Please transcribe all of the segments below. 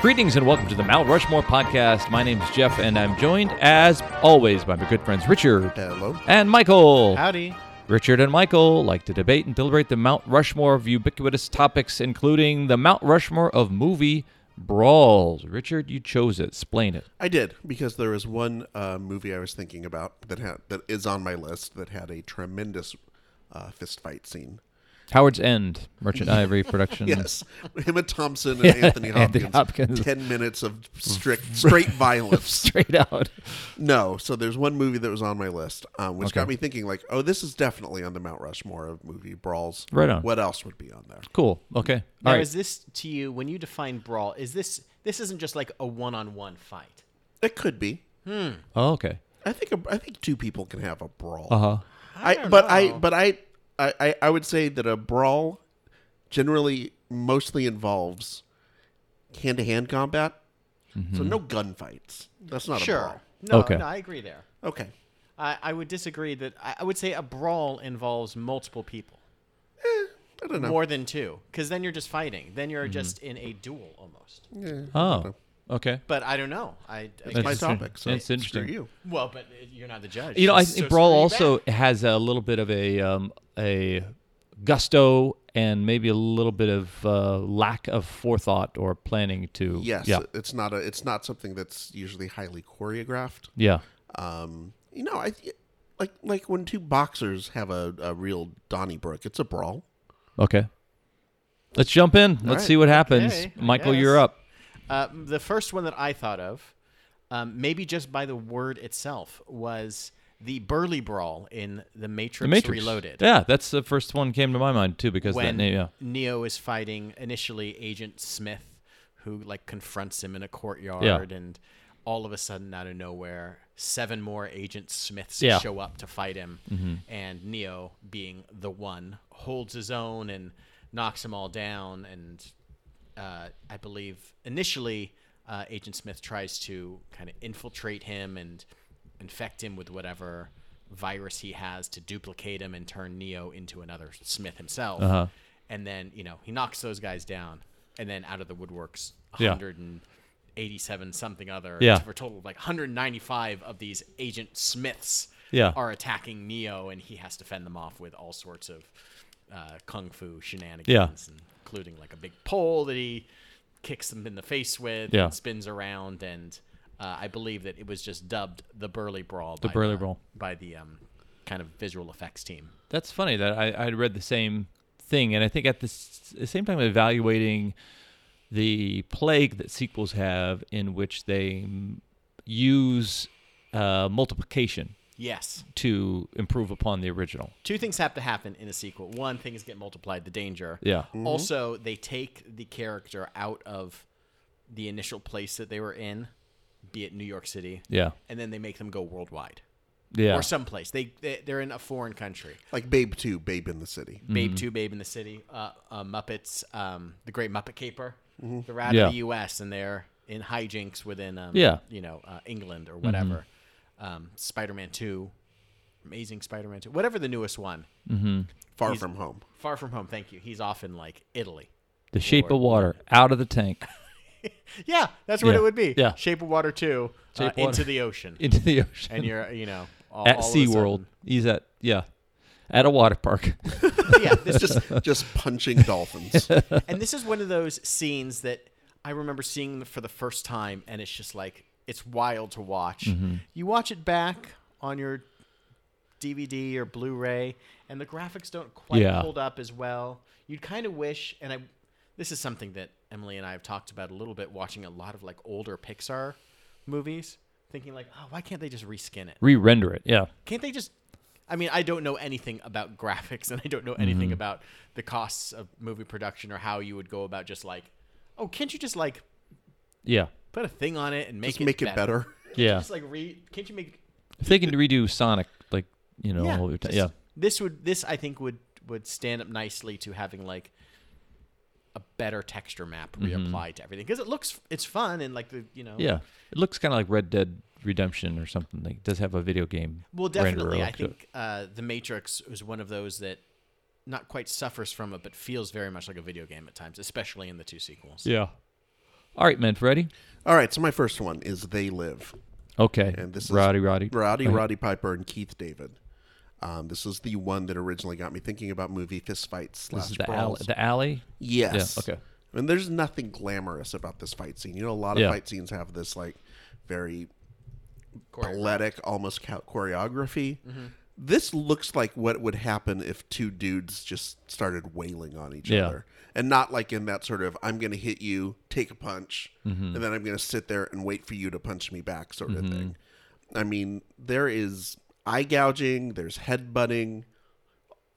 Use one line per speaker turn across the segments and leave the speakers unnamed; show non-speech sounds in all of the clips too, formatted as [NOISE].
Greetings and welcome to the Mount Rushmore podcast. My name's Jeff, and I'm joined, as always, by my good friends Richard
Hello.
and Michael.
Howdy.
Richard and Michael like to debate and deliberate the Mount Rushmore of ubiquitous topics, including the Mount Rushmore of movie brawls. Richard, you chose it. Explain it.
I did because there was one uh, movie I was thinking about that had that is on my list that had a tremendous uh, fist fight scene.
Howard's End,
[LAUGHS]
Merchant Ivory production.
Yes, him and Thompson and Anthony Hopkins.
Hmm. Anthony Hopkins.
Ten minutes of strict
[LAUGHS]
straight
[LAUGHS]
violence.
Straight out.
No, so there's one movie that was on my list, um, which
Okay.
got me thinking like, oh, this is definitely on the Mount Rushmore of movie brawls.
Right on.
What else would be on there?
Cool. Okay.
Now,
All right.
is this to you when you define brawl? Is this this isn't just like a one-on-one fight?
It could be.
Oh, okay.
I think a, I think two people can have a brawl.
Uh huh.
I,
don't
but I
know.
but I, I I I would say that a brawl generally mostly involves hand to hand combat. So
Mm-hmm.
no gunfights. That's not a brawl.
Sure. No,
Okay.
no, I agree there.
Okay.
I, I would disagree that I, I would say a brawl involves multiple people,
I don't know.
more than two, because then you're just fighting. Then you're just in a duel almost.
Oh, okay.
But I don't know. I, I
It's my
guess-
interesting.
topic. So
That's interesting.
Screw you.
well, but you're not the judge.
You know, I
so
think Brawl
screw you
also
back.
has a little bit of a um, a gusto and maybe a little bit of uh, lack of forethought or planning to.
Yes,
Yeah.
it's not a it's not something that's usually highly choreographed.
Yeah.
Um, you know, I like like when two boxers have a, a real Donnybrook, it's a brawl.
Okay. Let's jump in. Let's
right.
see what happens.
Okay, I
Michael, you're
guess.
up.
Uh, the first one that I thought of, um, maybe just by the word itself, was the Burly Brawl in The Matrix,
The Matrix.
Reloaded.
Yeah, that's the first one came to my mind too because
when
that name. Yeah.
Neo is fighting initially Agent Smith, who like confronts him in a courtyard, and all of a sudden, out of nowhere, seven more Agent Smiths
Yeah. Mm-hmm.
show up to fight him, and Neo, being the one, holds his own and knocks them all down. And uh, I believe initially, uh, Agent Smith tries to kind of infiltrate him and infect him with whatever virus he has to duplicate him and turn Neo into another Smith himself.
Uh-huh.
And then, you know, he knocks those guys down. And then out of the woodworks,
Yeah.
187 something other.
Yeah.
For a total of like 195 of these Agent Smiths
Yeah.
are attacking Neo, and he has to fend them off with all sorts of uh, kung fu shenanigans, and including like a big pole that he kicks them in the face with
Yeah.
and spins around. And uh, I believe that it was just dubbed the Burly Brawl.
The
by
Burly Brawl.
by the um, kind of visual effects team.
That's funny that I I read the same thing, and I think at the s- the same time evaluating the plague that sequels have, in which they mm, use uh, multiplication
Yes.
to improve upon the original.
two things have to happen in a sequel. One, things get multiplied, the danger.
Yeah.
Also, they take the character out of the initial place that they were in, be it New York City,
Yeah,
and then they make them go worldwide
yeah,
or someplace. They, they they're in a foreign country.
Like Babe Two, Babe in the City.
Mm-hmm.
Babe Two, Babe in the City, uh, uh, Muppets, um, the Great Muppet Caper. They're out
Yeah.
of the U.S. and they're in hijinks within, um,
Yeah. Mm-hmm.
you know, uh, England or whatever. Um, Spider-Man Two, Amazing Spider-Man Two, whatever the newest one.
Far from home.
Far from home, thank you. He's off in like Italy.
the shape of water out of the tank [LAUGHS]
Yeah, that's what
Yeah.
it would be.
Yeah.
Shape of Water two uh,
Shape of
into
Water. [LAUGHS]
the ocean,
into the ocean
and you're you know all,
at
all of a
SeaWorld. He's at yeah, at a water park. [LAUGHS]
sudden- yeah,
[LAUGHS]
this
Just just punching dolphins.
and this is one of those scenes that I remember seeing for the first time, and it's just like it's wild to watch. You watch it back on your DVD or Blu-ray, and the graphics don't quite
Yeah.
hold up as well. You'd kind of wish, and I, this is something that Emily and I have talked about a little bit, watching a lot of like older Pixar movies, thinking like, oh, why can't they just reskin it?
Re-render it. Yeah,
can't they just i mean i don't know anything about [LAUGHS] graphics and i don't know
Mm-hmm.
anything about the costs of movie production or how you would go about just like oh can't you just like
yeah,
put a thing on it and make
Just
it
make it better.
yeah.
just like re can't you make
If they can redo Sonic, like you know,
yeah,
all the time-
just-
yeah.
this would this i think would would stand up nicely to having like a better texture map reapplied to everything because it looks it's fun and like the you know
Mm-hmm. Yeah, it looks kind of like Red Dead Redemption or something. Like, it does have a video game.
Well,
renderer
definitely, I
look to it.
think uh, the Matrix is one of those that not quite suffers from it, but feels very much like a video game at times, especially in the two sequels.
Yeah. All right, Manfredi.
All right, so my first one is They Live.
Okay.
And this is
Roddy, Roddy.
Roddy,
Okay.
Roddy Piper, and Keith David. Um, this is the one that originally got me thinking about movie fistfights
This
slash
is the alley.
brawls.
The alley.
Yes.
Yeah, okay.
I mean, there's nothing glamorous about this fight scene. You know, a lot of
Yeah.
fight scenes have this like very balletic, almost chao- choreography. This looks like what would happen if two dudes just started wailing on each
Yeah.
other, and not like in that sort of "I'm going to hit you, take a punch,
Mm-hmm.
and then I'm going to sit there and wait for you to punch me back" sort of thing. I mean, there is eye gouging, there's headbutting.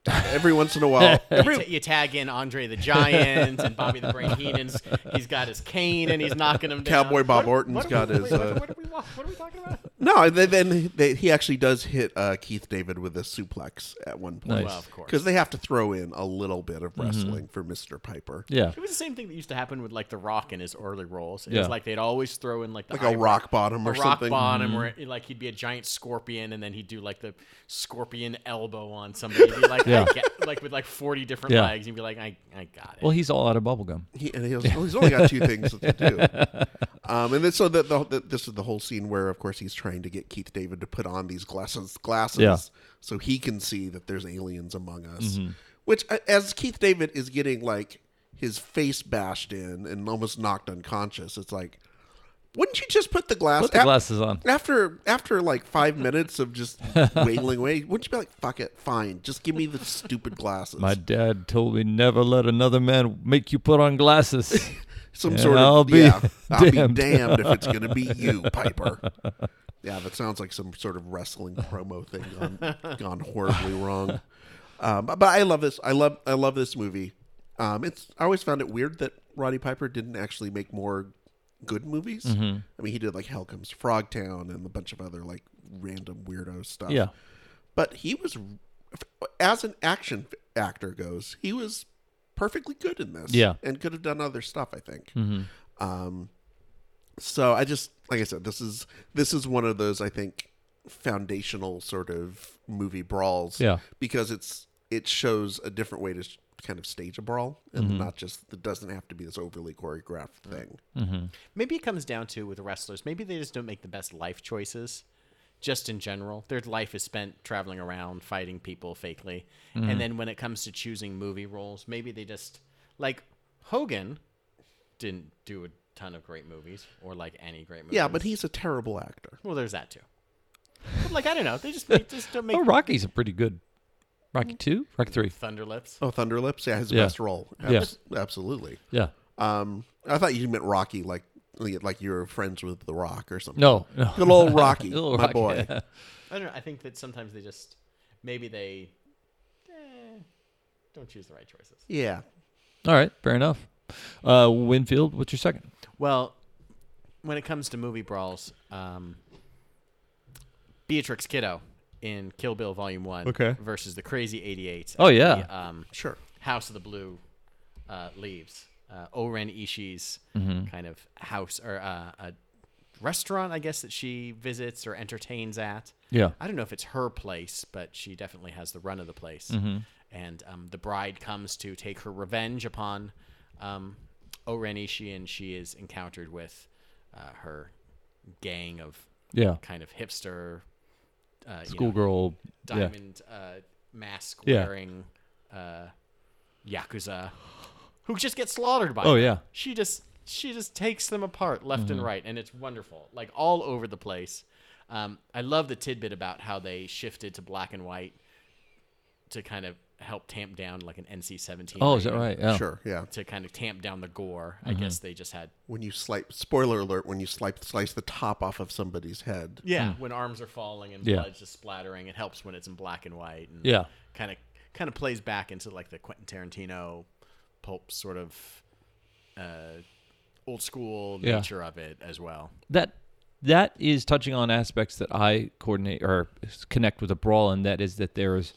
Every once in
[LAUGHS]
a while,
You, ta- you tag in Andre the Giant and Bobby the Brain Heenan's. He's got his cane and he's knocking him down.
Cowboy Bob Orton's
are
got
we-
his.
wait,
Uh,
What are, we, wa- what are we talking about?
No, and then, then they, he actually does hit uh, Keith David with a suplex at one point.
Nice. Mm-hmm.
Well, of course.
Because they have to throw in a little bit of wrestling for Mr. Piper.
Yeah.
It was the same thing that used to happen with like The Rock in his early roles. It
Yeah.
was like they'd always throw in like the
Like a rock bottom
a
or
rock
something.
bottom, or
Mm-hmm.
like he'd be a giant scorpion, and then he'd do like the scorpion elbow on somebody. He'd be like,
[LAUGHS] Yeah.
I get, like with like forty different
Yeah.
legs, and he'd be like, I, I got it.
Well, he's all out of bubblegum.
He, and he was, well, he's only got two things to do.
[LAUGHS]
Um, and then so the, the, the, this is the whole scene where, of course, he's trying to get Keith David to put on these glasses, glasses,
Yeah. Mm-hmm.
so he can see that there's aliens among us. Which, uh, as Keith David is getting like his face bashed in and almost knocked unconscious, it's like, wouldn't you just put the glass?
Put the
ap-
glasses on.
after after like five minutes
[LAUGHS]
of just wailing away, wouldn't you be like, "Fuck it, fine, just give me the stupid glasses."
My dad told me never let another man make you put on
[LAUGHS]
glasses. [LAUGHS]
Some
and
sort
I'll
of
be
yeah, I'll
[LAUGHS] damned.
be damned if it's gonna be you, Piper. Yeah, that sounds like some sort of wrestling promo thing gone, gone horribly wrong. Um, but I love this. I love I love this movie. Um, it's I always found it weird that Roddy Piper didn't actually make more good movies.
Mm-hmm.
I mean, he did like Hell Comes Frogtown and a bunch of other like random weirdo stuff.
yeah.
but he was as an action actor goes he was perfectly good in this
Yeah. Mm-hmm.
and could have done other stuff i think um so i just like i said this is this is one of those i think foundational sort of movie brawls
Yeah.
because it's it shows a different way to sh- kind of stage a brawl and
Mm-hmm.
not just it doesn't have to be this overly choreographed thing
Maybe it comes down to with wrestlers, maybe they just don't make the best life choices. Just in general, their life is spent traveling around fighting people fakely.
Mm-hmm.
And then when it comes to choosing movie roles, maybe they just like Hogan didn't do a ton of great movies or like any great movies.
yeah but he's a terrible actor
well, there's that too. But like I don't know, they just they just
[LAUGHS]
don't make
Oh, Rocky's a pretty good. Rocky two, Rocky three.
Thunderlips.
oh thunderlips yeah his
Yeah.
best role
Yeah.
Abs- absolutely
Yeah.
Um, I thought you meant Rocky, like like you were friends with The Rock or something.
No. No.
good old Rocky,
[LAUGHS] Good old
my
Rocky.
boy.
I don't know. I think that sometimes they just maybe they eh, don't choose the right choices.
Yeah,
All right. Fair enough. Uh, Winfield, what's your second?
Well, when it comes to movie brawls, um, Beatrix Kiddo in Kill Bill Volume One
Okay.
versus the Crazy Eighty Eight.
Oh, yeah.
um,
sure.
House of the Blue uh, Leaves. Uh, Oren Ishii's
Mm-hmm.
kind of house or uh, a restaurant, I guess, that she visits or entertains at.
Yeah.
I don't know if it's her place, but she definitely has the run of the place.
Mm-hmm.
And um, the bride comes to take her revenge upon um, Oren Ishii, and she is encountered with uh, her gang of
Yeah.
kind of hipster uh, you know,
Schoolgirl. Yeah.
diamond uh, mask
Yeah.
wearing uh, yakuza who just gets slaughtered by
Oh,
her.
yeah. Mm-hmm.
she just she just takes them apart left and right and it's wonderful like all over the place um, i love the tidbit about how they shifted to black and white to kind of help tamp down like an nc-17
Oh, is that
rating,
right? Mm-hmm. Yeah.
Sure, yeah.
to kind of tamp down the gore i guess they just had
When you slice, spoiler alert, when you slice, slice the top off of somebody's head,
yeah when arms are falling and
Yeah.
blood's just splattering it helps when it's in black and white and
Yeah.
kind of kind of plays back into like the Quentin Tarantino pulp sort of uh, old school
Yeah.
nature of it as well.
that that is touching on aspects that I coordinate or s- connect with a brawl, and that is that there is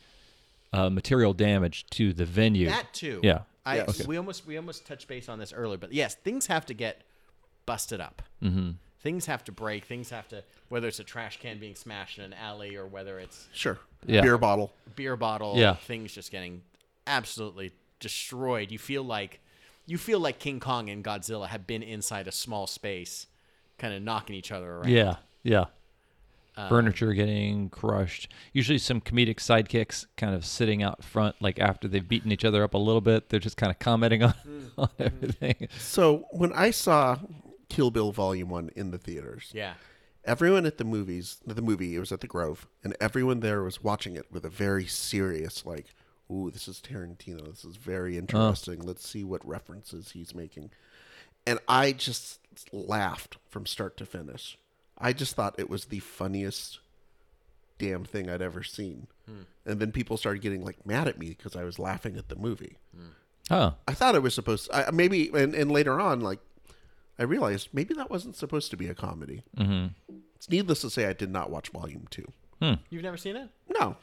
uh, material damage to the venue.
That too.
Yeah.
I
Yes. Okay.
we almost we almost touched base on this earlier, but yes, things have to get busted up. Mm-hmm. Things have to break. Things have to whether it's a trash can being smashed in an alley or whether it's
sure.
Yeah.
Beer bottle.
beer bottle,
Yeah.
things just getting absolutely destroyed. You feel like you feel like King Kong and Godzilla have been inside a small space, kind of knocking each other around.
Yeah, yeah. Furniture getting crushed. Usually, some comedic sidekicks kind of sitting out front, like after they've beaten each other up a little bit. They're just kind of commenting on, [LAUGHS] on everything.
So when I saw Kill Bill Volume One in the theaters,
Yeah.
everyone at the movies, the movie, it was at the Grove, and everyone there was watching it with a very serious, like, "Ooh, this is Tarantino. This is very interesting. Let's see what references he's making." And I just laughed from start to finish. I just thought it was the funniest damn thing I'd ever seen. And then people started getting like mad at me because I was laughing at the movie.
Huh.
I thought it was supposed I, I- maybe, and, and later on, like, I realized maybe that wasn't supposed to be a comedy. Mm-hmm. It's needless to say, I did not watch Volume 2.
You've never seen it?
No,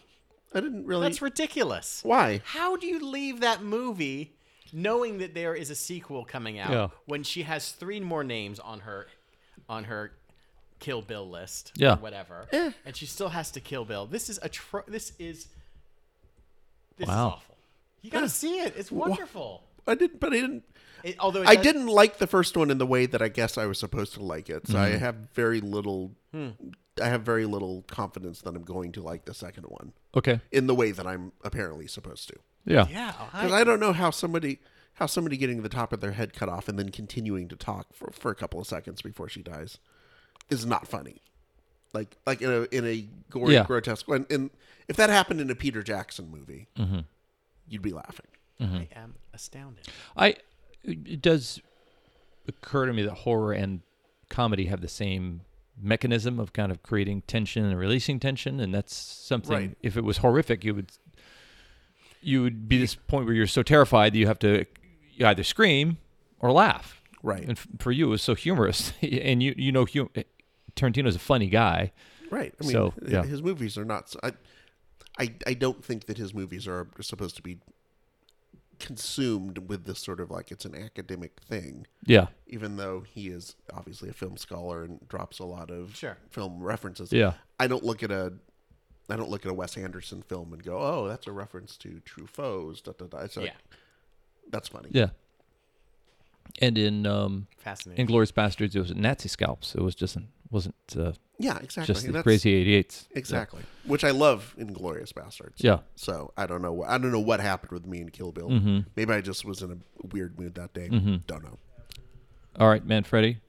I didn't really.
That's ridiculous.
Why?
How do you leave that movie knowing that there is a sequel coming out
Yeah.
when she has three more names on her on her Kill Bill list
Yeah.
or whatever and she still has to kill Bill. This is atro- this is this
Wow.
is awful. You got to see it. It's wonderful.
I didn't, but I didn't.
It, although it
I
does-
didn't like the first one in the way that I guess I was supposed to like it. So I have very little. I have very little confidence that I'm going to like the second one
Okay.
in the way that I'm apparently supposed to.
Yeah.
Yeah.
Because
I,
I don't know how somebody how somebody getting the top of their head cut off and then continuing to talk for, for a couple of seconds before she dies is not funny. Like like in a in a gory
Yeah.
grotesque and, and if that happened in a Peter Jackson movie,
Mm-hmm.
you'd be laughing.
I am astounded.
I it does occur to me that horror and comedy have the same mechanism of kind of creating tension and releasing tension, and that's something.
Right.
If it was horrific, you would you would be this point where you're so terrified that you have to you either scream or laugh.
Right.
And f- for you, it was so humorous, [LAUGHS] and you you know, hum- Tarantino's a funny guy.
Right. I mean,
So,
h-
yeah.
his movies are not. s- I, I I don't think that his movies are supposed to be consumed with this sort of like it's an academic thing.
Yeah.
even though he is obviously a film scholar and drops a lot of
Sure.
film references.
Yeah.
I don't look at a I don't look at a Wes Anderson film and go, "Oh, that's a reference to Truffaut's." Da, da, da. It's like,
yeah.
that's funny.
Yeah. And in um,
Fascinating.
Inglorious Bastards, it was Nazi scalps. It was just an- wasn't uh,
Yeah, exactly.
just
And
the
that's-
crazy 88s.
Exactly. Which I love in Glorious Bastards.
Yeah.
So I don't know. What, I don't know what happened with me and Kill Bill.
Mm-hmm.
Maybe I just was in a weird mood that day. Don't know.
All right, Manfredi.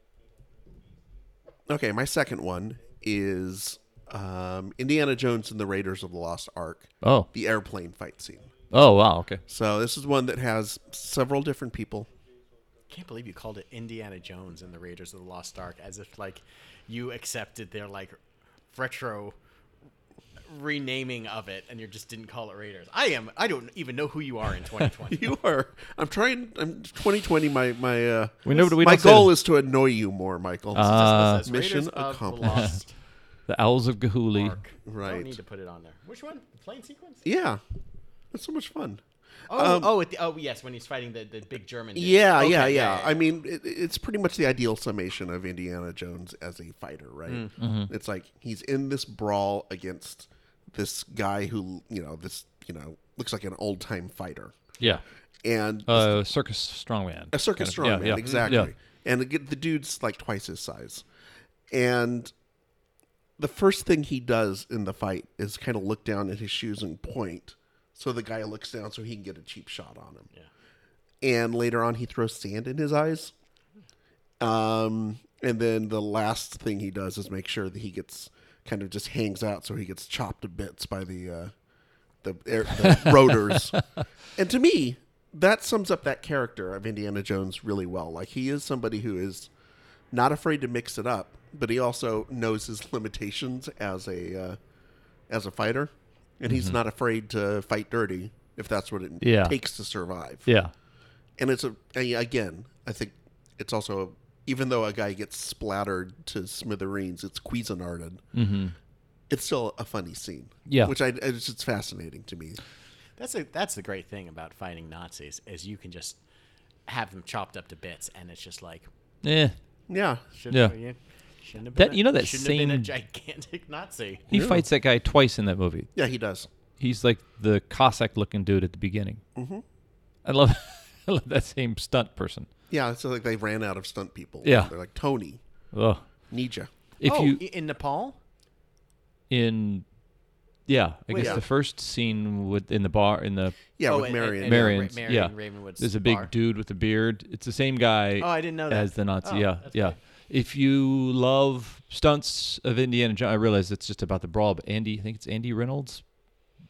Okay, my second one is um, Indiana Jones and the Raiders of the Lost Ark.
Oh.
The airplane fight scene.
Oh, wow. Okay.
So this is one that has several different people. [LAUGHS]
Can't believe you called it Indiana Jones and the Raiders of the Lost Ark as if like you accepted their like retro renaming of it and you just didn't call it Raiders. I am I don't even know who you are
[LAUGHS]
in 2020.
You are. I'm trying. I'm 2020. My my. Uh,
We know- we
my
don't say Uh,
goal
that.
is to annoy you more, Michael.
It says
Uh, Mission
Raiders of the
accomplished.
Lost
The Owls of Gahuli.
[LAUGHS]
Ark.
Right.
Don't need to put it on there. Which one? The plane sequence?
yeah, that's so much fun.
Oh, oh, at the, oh yes, when he's fighting the, the big German dude.
Yeah,
Okay,
yeah, yeah, I mean, it, it's pretty much the ideal summation of Indiana Jones as a fighter, right?
mm-hmm.
It's like he's in this brawl against this guy who, you know, this you know looks like an old time fighter,
Yeah.
and
Uh, circus Strongman.
a circus
Kind of-
strongman,
yeah, yeah.
exactly.
Yeah.
And the, the dude's like twice his size, and the first thing he does in the fight is kind of look down at his shoes and point, so the guy looks down so he can get a cheap shot on him. Yeah. And later on, he throws sand in his eyes. Um, and then the last thing he does is make sure that he gets kind of just hangs out, so he gets chopped to bits by the uh, the, air, the [LAUGHS] rotors. And to me, that sums up that character of Indiana Jones really well. Like he is somebody who is not afraid to mix it up, but he also knows his [LAUGHS] limitations as a uh, as a fighter, and he's not afraid to fight dirty if that's what it
Mm-hmm. Yeah.
takes to survive
Yeah.
and it's a and again i think it's also even though a guy gets splattered to smithereens it's cuisinarted mm-hmm. it's still a funny scene
Yeah.
which i it's just fascinating to me
That's a that's the great thing about fighting Nazis is you can just have them chopped up to bits and it's just like
Yeah. Eh,
yeah
Shouldn't,
Yeah.
yeah. Shouldn't have
That-
been a-
you know that
shouldn't have been a
same-
gigantic [LAUGHS] Nazi.
He fights that guy twice in that movie.
yeah he does
He's like the Cossack looking dude at the beginning. Mm-hmm. I love [LAUGHS] that same stunt person.
Yeah, it's like they ran out of stunt people.
Yeah.
They're like, Tony,
Ugh.
need ya.
If
oh,
you
i- in Nepal?
in yeah, I guess
yeah.
the first scene with in the bar in the
Yeah,
oh,
with
and-
Marion.
and-
Marion.
Ra- Marion
yeah.
Ravenwood's
there's a big
bar.
dude with a beard. It's the same guy.
Oh, I didn't know that.
as the Nazi.
Oh,
yeah,
that's
yeah.
great.
If you love stunts of Indiana Jones, I realize it's just about the brawl. But Andy, I think it's Andy Reynolds.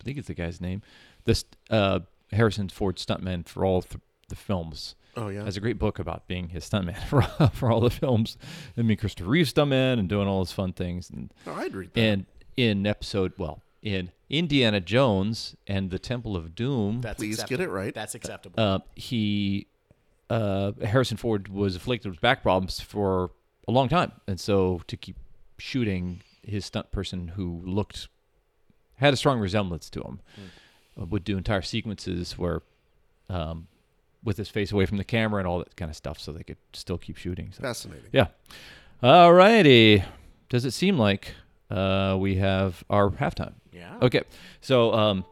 I think it's the guy's name. This uh, Harrison Ford stuntman for all th- the films.
oh, yeah.
Has a great book about being his stuntman [LAUGHS] for, for all the films. I mean, Christopher Reeves stuntman and doing all his fun things. And
Oh, I'd read that.
and in episode, well, in Indiana Jones and the Temple of Doom,
That's
Please
acceptable.
get it right.
That's acceptable.
uh, he uh, Harrison Ford was afflicted with back problems for a long time, and so to keep shooting his stunt person who looked had a strong resemblance to him uh, would do entire sequences where um, with his face away from the camera and all that kind of stuff, so they could still keep shooting. So
Fascinating.
yeah. All righty. Does it seem like uh, we have our halftime?
yeah.
Okay. So um,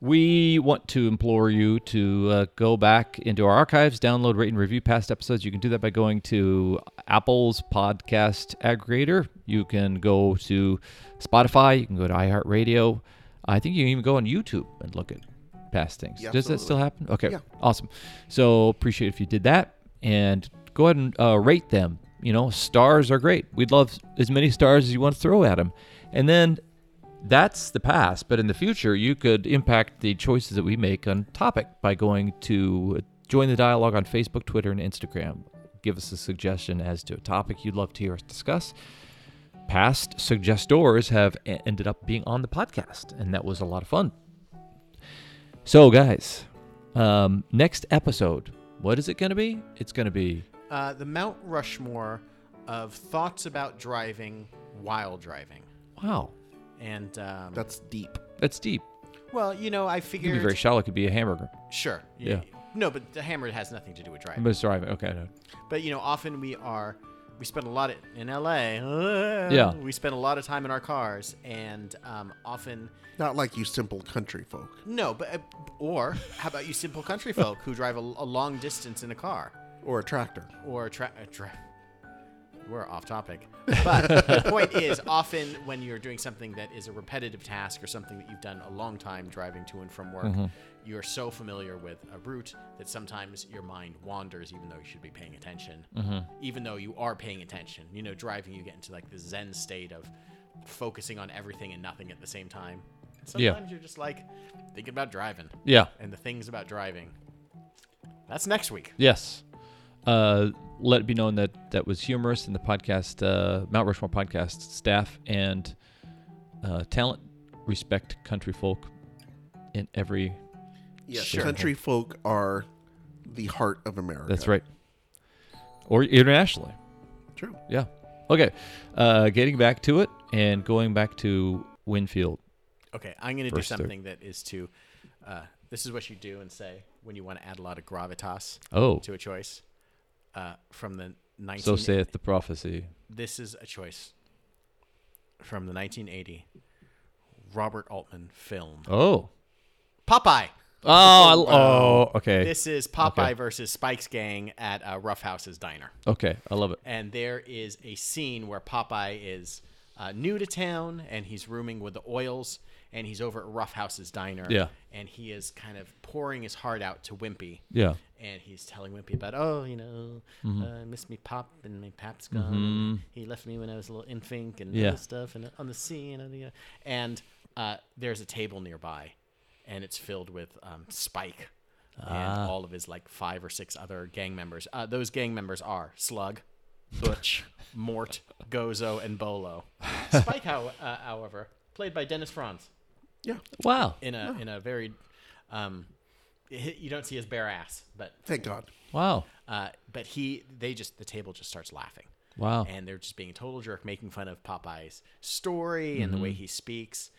we want to implore you to uh, go back into our archives, download, rate, and review past episodes. You can do that by going to Apple's podcast aggregator. You can go to Spotify. You can go to iHeartRadio. I think you can even go on YouTube and look at past things.
Yeah,
Does that still happen? Okay.
Yeah.
Awesome. So appreciate if you did that and go ahead and uh, rate them. You know, stars are great. We'd love as many stars as you want to throw at them. And then that's the past, but in the future, you could impact the choices that we make on topic by going to uh, join the dialogue on Facebook, Twitter, and Instagram. Give us a suggestion as to a topic you'd love to hear us discuss past suggestors have e- ended up being on the podcast, and that was a lot of fun. So, guys, um, next episode, what is it going to be? It's going to be
Uh, the Mount Rushmore of thoughts about driving while driving.
wow,
And, um,
That's deep.
that's deep.
well, you know, I
It could
figured.
be very shallow. It could be a hamburger.
sure.
Yeah.
No, but the hammer has nothing to do with driving.
But sorry, okay, no.
But, you know, often we are, we spend a lot of, in LA, uh,
Yeah.
we spend a lot of time in our cars. And um, often,
Not like you simple country folk.
no, but, uh, or how about you simple country folk who drive a, a long distance in a car?
Or a tractor.
or tra- uh, tra- we're off topic. But the point is, often when you're doing something that is a repetitive task or something that you've done a long time driving to and from work, you're so familiar with a route that sometimes your mind wanders, even though you should be paying attention. Even though you are paying attention, you know, driving you get into like the zen state of focusing on everything and nothing at the same time. And
Yeah.
sometimes you're just like thinking about driving
Yeah,
and the things about driving. That's next week.
yes. Uh, let it be known that that was humorous, and the podcast, uh, Mount Rushmore podcast staff and uh, talent respect country folk in every
Yes.
Sure.
Country folk are the heart of America.
That's right. Or internationally.
True.
Yeah. Okay. Uh, getting back to it and going back to Winfield.
Okay, I'm going to do
First third.
something that is to. Uh, this is what you do and say when you want to add a lot of gravitas
Oh,
to a choice. Uh, from the 19.
so saith the prophecy.
This is a choice from the 1980 Robert Altman film
Oh.
Popeye.
Oh, I l- oh, okay.
This is Popeye versus Spike's gang at uh, Rough House's diner.
Okay. I love it.
and there is a scene where Popeye is uh, new to town and he's rooming with the oils and he's over at Roughhouse's diner.
Yeah.
And he is kind of pouring his heart out to Wimpy.
Yeah.
And he's telling Wimpy about, oh, you know, uh, miss me pop and my pap's gone. and He left me when I was a little infant and
Yeah.
other stuff and on the sea and other, and uh, there's a table nearby, and it's filled with um, Spike and all of his like five or six other gang members. Uh, those gang members are Slug, Butch, [LAUGHS] Mort, Gozo, and Bolo. Spike, how, uh, however, played by Dennis Franz
Yeah.
Wow.
in a in a very, um, h- you don't see his bare ass, but
Thank God.
Wow.
uh, but he they just the table just starts laughing
Wow.
and they're just being a total jerk, making fun of Popeye's story and the way he speaks.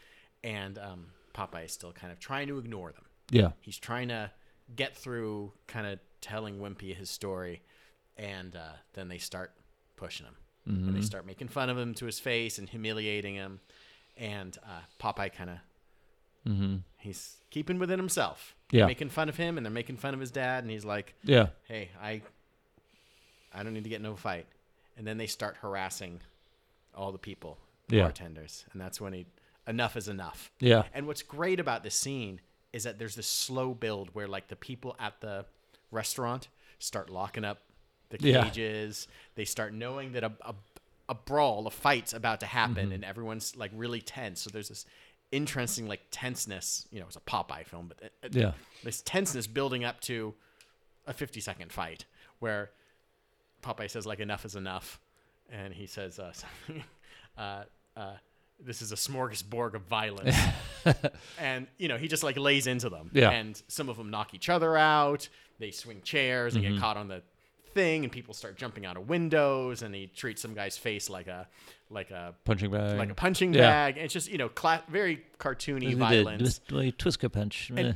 And um, Popeye is still kind of trying to ignore them.
Yeah.
He's trying to get through, kind of telling Wimpy his story, and uh, then they start pushing him. And they start making fun of him to his face and humiliating him. And uh, Popeye kind of, he's keeping within himself.
Yeah.
making fun of him and they're making fun of his dad and he's like
Yeah.
hey i i don't need to get into a fight and then they start harassing all the people the
Yeah.
bartenders and that's when he enough is enough
Yeah.
and what's great about this scene is that there's this slow build where like the people at the restaurant start locking up the
Yeah.
cages. They start knowing that a, a a brawl, a fight's about to
Mm-hmm.
happen, and everyone's like really tense. So there's this interesting like tenseness. You know, it's a Popeye film, but uh, uh,
Yeah.
this tenseness building up to a 50 second fight where Popeye says like enough is enough, and he says uh, [LAUGHS] something, uh, uh, this is a smorgasbord of
[LAUGHS]
violence, and you know he just like lays into them,
Yeah.
and some of them knock each other out, they swing chairs, they
Mm-hmm.
get caught on the thing, and people start jumping out of windows, and he treats some guy's face like a like a
Punching bag.
like a punching
Yeah.
bag. It's just you know cla- very cartoony
They did
violence.
twist- like Twisker punch.
And-
Meh.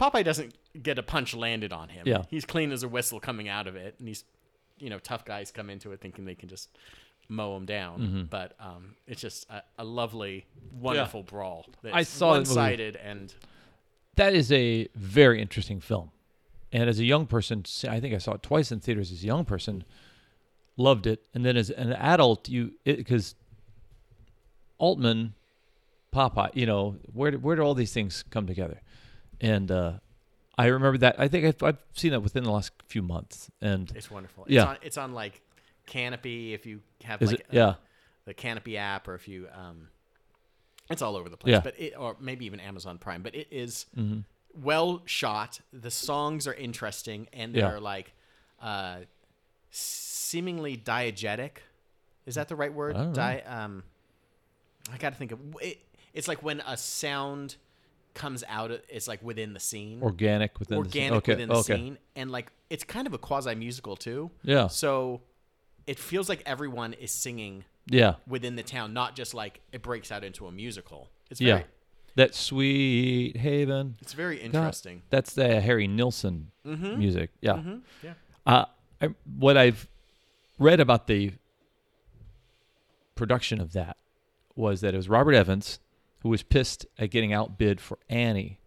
Popeye doesn't get a punch landed on him.
Yeah.
He's clean as a whistle coming out of it. And he's, you know, tough guys come into it thinking they can just mow him down.
Mm-hmm.
But um, it's just a, a lovely, wonderful brawl. That's
I saw that movie.
one-sided and
that is a very interesting film. And as a young person, s- I think I saw it twice in theaters as a young person, loved it. And then as an adult, you because Altman, Popeye, you know, where do- where do all these things come together? And uh, I remember that. I think I've, I've seen that within the last few months. And
it's wonderful.
Yeah.
It's on, it's on like Canopy if you have
is
like
it?
a-
yeah,
the Canopy app or if you, um, it's all over the place.
Yeah. Mm-hmm.
But it, or maybe even Amazon Prime. But it is well shot. The songs are interesting and
Yeah.
they're like uh, seemingly diegetic. Is that the right word?
I don't know.
Di- um, I got to think of it. It's like when a sound comes out. It's like within the scene,
organic within
organic
the scene. Okay,
within the
okay.
scene, and like it's kind of a quasi musical too.
Yeah.
So it feels like everyone is singing
Yeah,
within the town, not just like it breaks out into a musical. It's
yeah.
very,
That sweet haven.
it's very
God,
interesting. Mm-hmm.
that's the Harry Nilsson music. Yeah.
Yeah.
Uh, I, what I've read about the production of that was that it was Robert Evans who was pissed at getting outbid for Annie.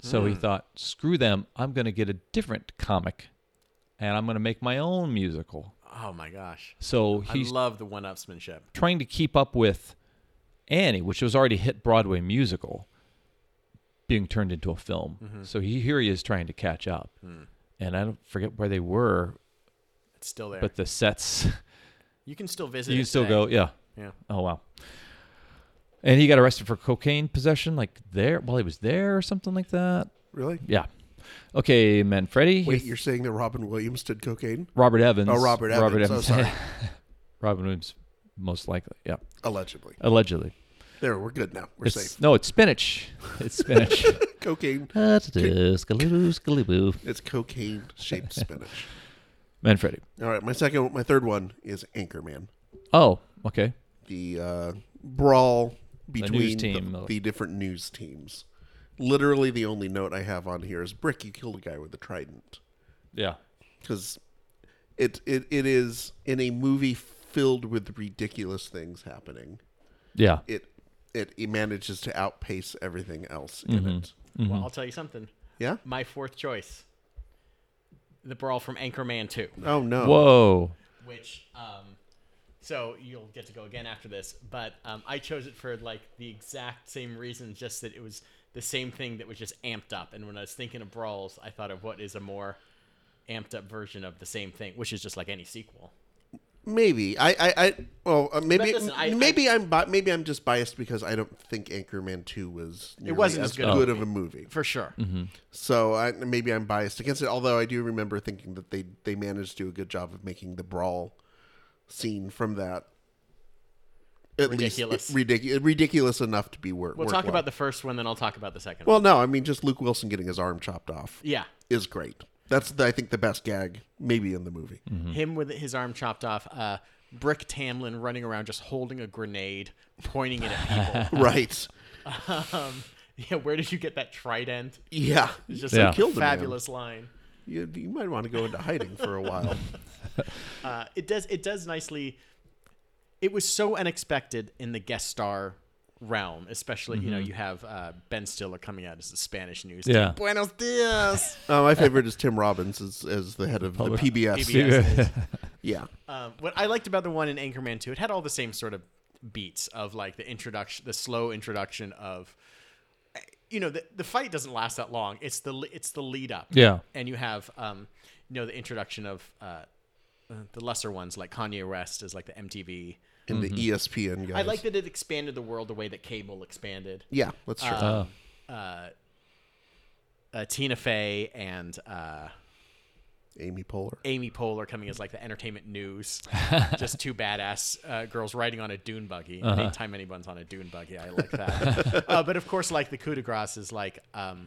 So
Hmm.
he thought, screw them. I'm going to get a different comic and I'm going to make my own musical.
Oh my gosh.
So he's
I love the one-upsmanship.
trying to keep up with Annie, which was already a hit Broadway musical, being turned into a film.
Mm-hmm.
So he, here he is trying to catch up.
Mm.
And I don't forget where they were,
It's still there.
but the sets,
you can still
[LAUGHS]
visit.
you
it
can still
today.
go, yeah.
Yeah.
Oh, wow. And he got arrested for cocaine possession, like there, while he was there or something like that.
Really?
Yeah. Okay, Manfredi.
Wait, you're saying that Robin Williams did cocaine?
Robert Evans.
Oh, Robert Evans. Oh, sorry.
[LAUGHS] Robin Williams, most likely. Yeah.
Allegedly.
Allegedly.
There, we're good now. We're
It's-
safe. [LAUGHS]
No, it's spinach. It's spinach.
Cocaine.
Manfredi.
It's cocaine shaped spinach. All right, my second, my third one is Anchorman.
Oh, okay.
The uh, brawl between the,
team.
the different news teams. Literally, the only note I have on here is Brick. You killed a guy with a trident
Yeah.
because it, it it is in a movie filled with ridiculous things happening.
Yeah.
It it, it manages to outpace everything else in it.
mm-hmm.
Well, I'll tell you something.
Yeah.
My fourth choice, the brawl from Anchorman Two,
Oh no.
Whoa.
which um, so you'll get to go again after this. But um, I chose it for like the exact same reason, just that it was the same thing that was just amped up. And when I was thinking of brawls, I thought of what is a more amped up version of the same thing, which is just like any sequel.
Maybe I, I, I well, uh, maybe,
listen, I-
maybe I, am bi- maybe I'm just biased because I don't think Anchorman Two was nearly
wasn't as good a
of a movie.
For sure.
Mm-hmm. So I, maybe I'm biased against it. Although I do remember thinking that they they managed to do a good job of making the brawl scene from that at
Ridiculous.
least ridiculous, ridiculous enough to be worth.
We'll talk about the first one, then I'll talk about the second one.
Well, no, I mean just Luke Wilson getting his arm chopped off
Yeah.
is great. That's the, I think the best gag maybe in the movie.
Mm-hmm.
Him with his arm chopped off, uh, Brick Tamlin running around just holding a grenade, pointing it
[LAUGHS]
at
right?
people. um, [LAUGHS] yeah, where did you get that trident?
Yeah,
It's just
Yeah.
a
Killed a man.
fabulous line.
you, you might want to go into hiding for a while.
Uh, it does it does nicely. It was so unexpected in the guest star realm, especially you know you have uh, Ben Stiller coming out as the Spanish news.
Mm-hmm. Yeah.
[LAUGHS] Buenos dias.
Uh, my favorite is Tim Robbins as, as the head of the
Public- Mm-hmm.
PBS.
[LAUGHS]
PBS.
Yeah.
Um, what I liked about the one in Anchorman 2, it had all the same sort of beats of like the introduction, the slow introduction of, you know, the, the fight doesn't last that long. It's the li- it's the lead up.
Yeah.
And you have, um, you know, the introduction of uh, uh, the lesser ones like Kanye West is like the MTV.
In the E ESPN guys.
I like that it expanded the world the way that cable expanded.
Yeah, that's true.
Oh.
Uh, Tina Fey and uh,
Amy Poehler.
Amy Poehler coming as like the entertainment news, just two badass uh, girls riding on a dune buggy. Anytime anyone's on a dune buggy, I like that. uh, but of course, like the coup de grace is like um,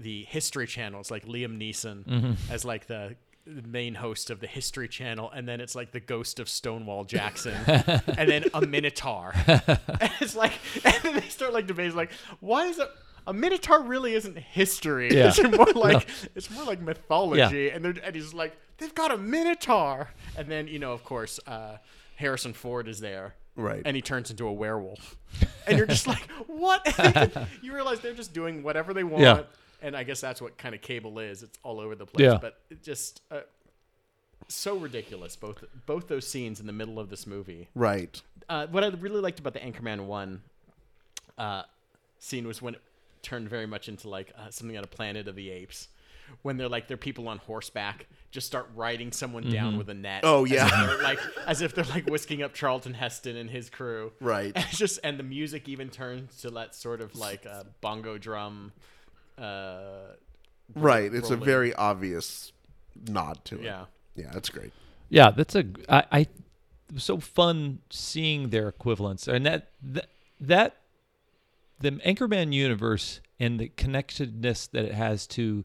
the History Channel. It's like Liam Neeson as like the the main host of the History Channel, and then it's like the ghost of Stonewall Jackson, and then a minotaur. [LAUGHS] And it's like, [LAUGHS] and then they start like debating like, why is a a minotaur really isn't history.
Yeah.
It's
[LAUGHS]
more like it's more like mythology
Yeah.
and they're, and he's like, they've got a minotaur, and then you know, of course, uh, Harrison Ford is there,
Right.
And he turns into a werewolf, [LAUGHS] and you're just like, what? [LAUGHS] you realize they're just doing whatever they want,
Yeah.
and I guess that's what kind of cable is. It's all over the place,
Yeah.
but it just uh, so ridiculous. Both both those scenes in the middle of this movie
Right.
uh, what I really liked about the Anchorman one uh, scene was when it turned very much into like uh, something out of Planet of the Apes, when they're like they're people on horseback just start riding someone down with a net.
Oh,
as
yeah.
if they're, like as if they're like whisking up Charlton Heston and his crew.
Right.
And it's [LAUGHS] just and the music even turns to that sort of like uh, bongo drum. Uh,
[LAUGHS] Right. It's a
Rolling.
very obvious nod to it.
yeah.
Yeah, that's great.
Yeah, that's a I, I it was so fun seeing their equivalents and that that, that the Anchorman universe and the connectedness that it has to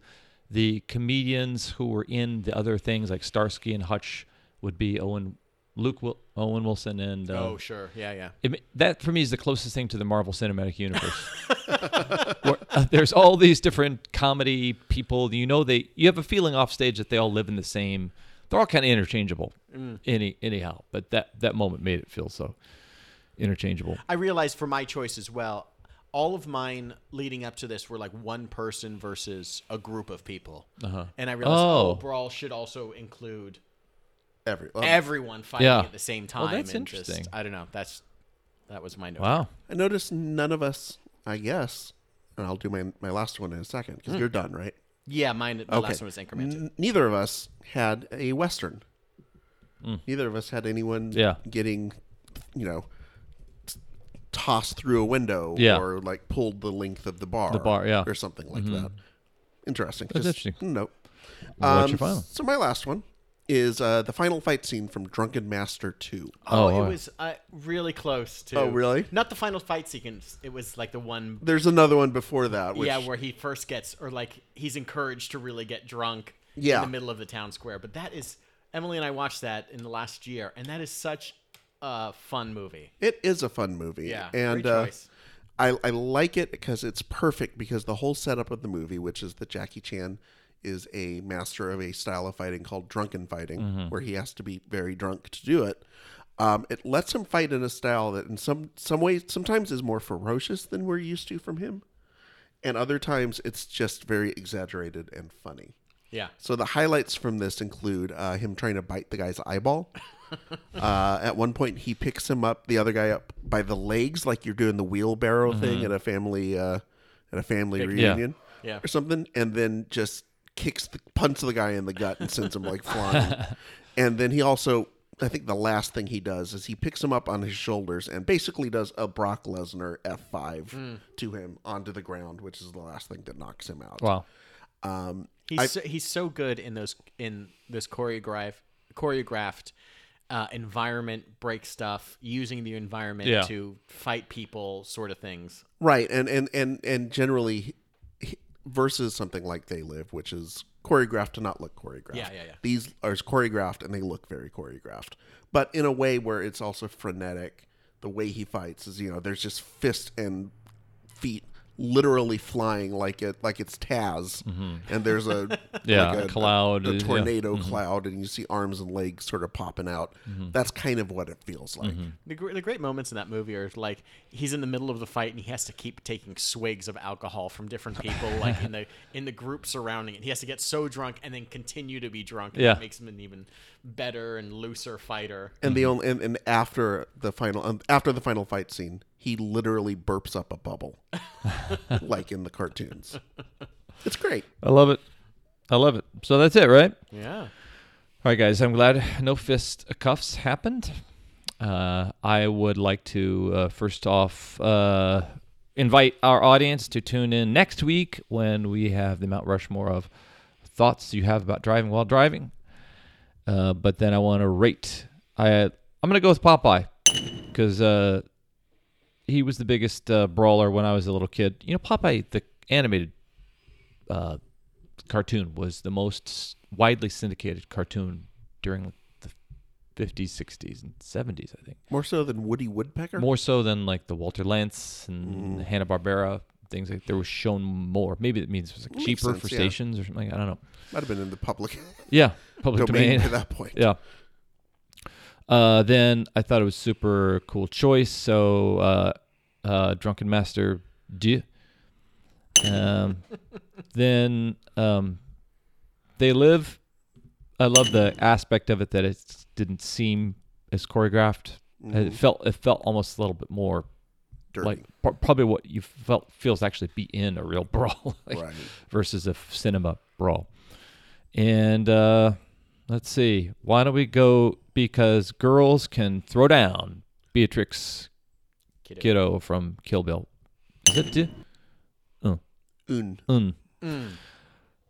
the comedians who were in the other things like Starsky and Hutch would be Owen Luke Wil- Owen Wilson and uh,
Oh sure. Yeah yeah.
it, ma- that for me is the closest thing to the Marvel Cinematic Universe. [LAUGHS] Where, uh, there's all these different comedy people. You know, they you have a feeling off stage that they all live in the same. They're all kind of interchangeable, any anyhow. But that that moment made it feel so interchangeable.
I realized for my choice as well, all of mine leading up to this were like one person versus a group of people. Uh-huh. And I realized, oh,
Oh.
Brawl should also include
Every, um,
everyone fighting
Yeah. Oh,
at the same time.
that's
and just-
interesting.
I don't know. That's that was my note.
Wow.
I noticed none of us, I guess, and I'll do my, my last one in a second because
Hmm.
you're done, right?
Yeah, mine. The last one was Anchorman.
N- neither of us had a Western. Neither of us had anyone
Hmm. Yeah.
getting, you know, t- tossed through a window
Yeah.
or like pulled the length of the bar. The
bar, yeah. Mm-hmm.
Or something like that. Interesting.
That's
Just
interesting.
Nope.
What's your final?
So my last one is uh, the final fight scene from Drunken Master 2.
Oh,
Oh,
it
wow.
was uh, really close to.
Oh, really?
Not the final fight sequence. It was like the one.
There's another one before that. Which,
yeah, where he first gets, or like he's encouraged to really get drunk
Yeah.
in the middle of the town square. But that is Emily and I watched that in the last year, and that is such a fun movie.
It is a fun movie.
Yeah,
and
great
uh,
choice.
I I like it because it's perfect because the whole setup of the movie, which is that Jackie Chan is a master of a style of fighting called drunken fighting,
Mm-hmm.
where he has to be very drunk to do it. Um, it lets him fight in a style that, in some some ways, sometimes is more ferocious than we're used to from him, and other times it's just very exaggerated and funny.
Yeah.
So the highlights from this include uh, him trying to bite the guy's
[LAUGHS]
eyeball. uh, at one point, he picks him up, the other guy up by the legs, like you're doing the wheelbarrow thing at a family uh, at a family
yeah.
reunion
Mm-hmm. Yeah.
or something, and then just kicks the punts the guy in the gut and sends him
[LAUGHS]
like flying. and then he also, I think, the last thing he does is he picks him up on his shoulders and basically does a Brock Lesnar F5
Mm.
to him onto the ground, which is the last thing that knocks him out.
Wow.
He's so, he's so good in those in this choreograph choreographed uh, environment break stuff, using the environment
Yeah.
to fight people, sort of things.
right and and and and generally h- versus something like they live which is choreographed to not look choreographed
Yeah, yeah, yeah.
these are choreographed and they look very choreographed but in a way where it's also frenetic the way he fights is you know there's just fist and feet literally flying like it like it's Taz, and
[LAUGHS]
there's a
Mm-hmm. Yeah,
like
a cloud,
a,
yeah. Mm-hmm.
tornado cloud, and you see arms and legs sort of popping out. That's kind of what it feels like.
Mm-hmm.
The, gr- the great moments in that movie are like he's in the middle of the fight and he has to keep taking swigs of alcohol from different people, like in the in the group surrounding it. He has to get so drunk and then continue to be drunk. and
Yeah.
that makes him an even better and looser fighter.
And
Mm-hmm.
the only and, and after the final um, after the final fight scene, he literally burps up
[LAUGHS]
a bubble, like in the cartoons. It's great.
I love it. I love it. So that's it, right?
Yeah,
All right, guys. I'm glad no fist cuffs happened. Uh, I would like to uh, first off uh, invite our audience to tune in next week when we have the Mount Rushmore of thoughts you have about driving while driving. Uh, but then I want to rate. I I'm gonna go with Popeye because uh, he was the biggest uh, brawler when I was a little kid. You know, Popeye the animated uh, cartoon was the most widely syndicated cartoon during the 50s, 60s, and 70s, I think.
More so than Woody Woodpecker.
More so than like the Walter Lantz
Mm.
and Hanna Barbera things like there was shown more. Maybe that means it was like
Makes
cheaper
sense,
for
yeah.
stations or something. I don't know.
Might have been in
[LAUGHS]
the public
Yeah, public
domain [LAUGHS]
domain.
at that point.
Yeah. Uh, then I thought it was super cool choice. So, uh, uh, Drunken Master D. Um, then um, they live. I love the aspect of it that it didn't seem as choreographed. It felt it felt almost a little bit more
Mm-hmm. Dirty.
like pro- probably what you felt feels actually be in a real [LAUGHS] brawl like,
Right.
versus a f- cinema brawl. And uh, let's see, why don't we go because girls can throw down Beatrix
kiddo.
Kiddo from Kill Bill. Is it? di-
Un.
Mm.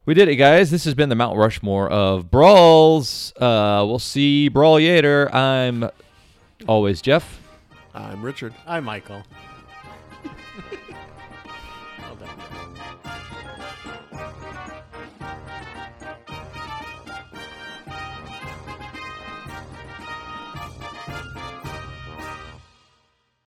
We did it, guys. This has been the Mount Rushmore of brawls. Uh, we'll see brawl later. I'm always Jeff.
I'm Richard.
Hi, Michael. [LAUGHS]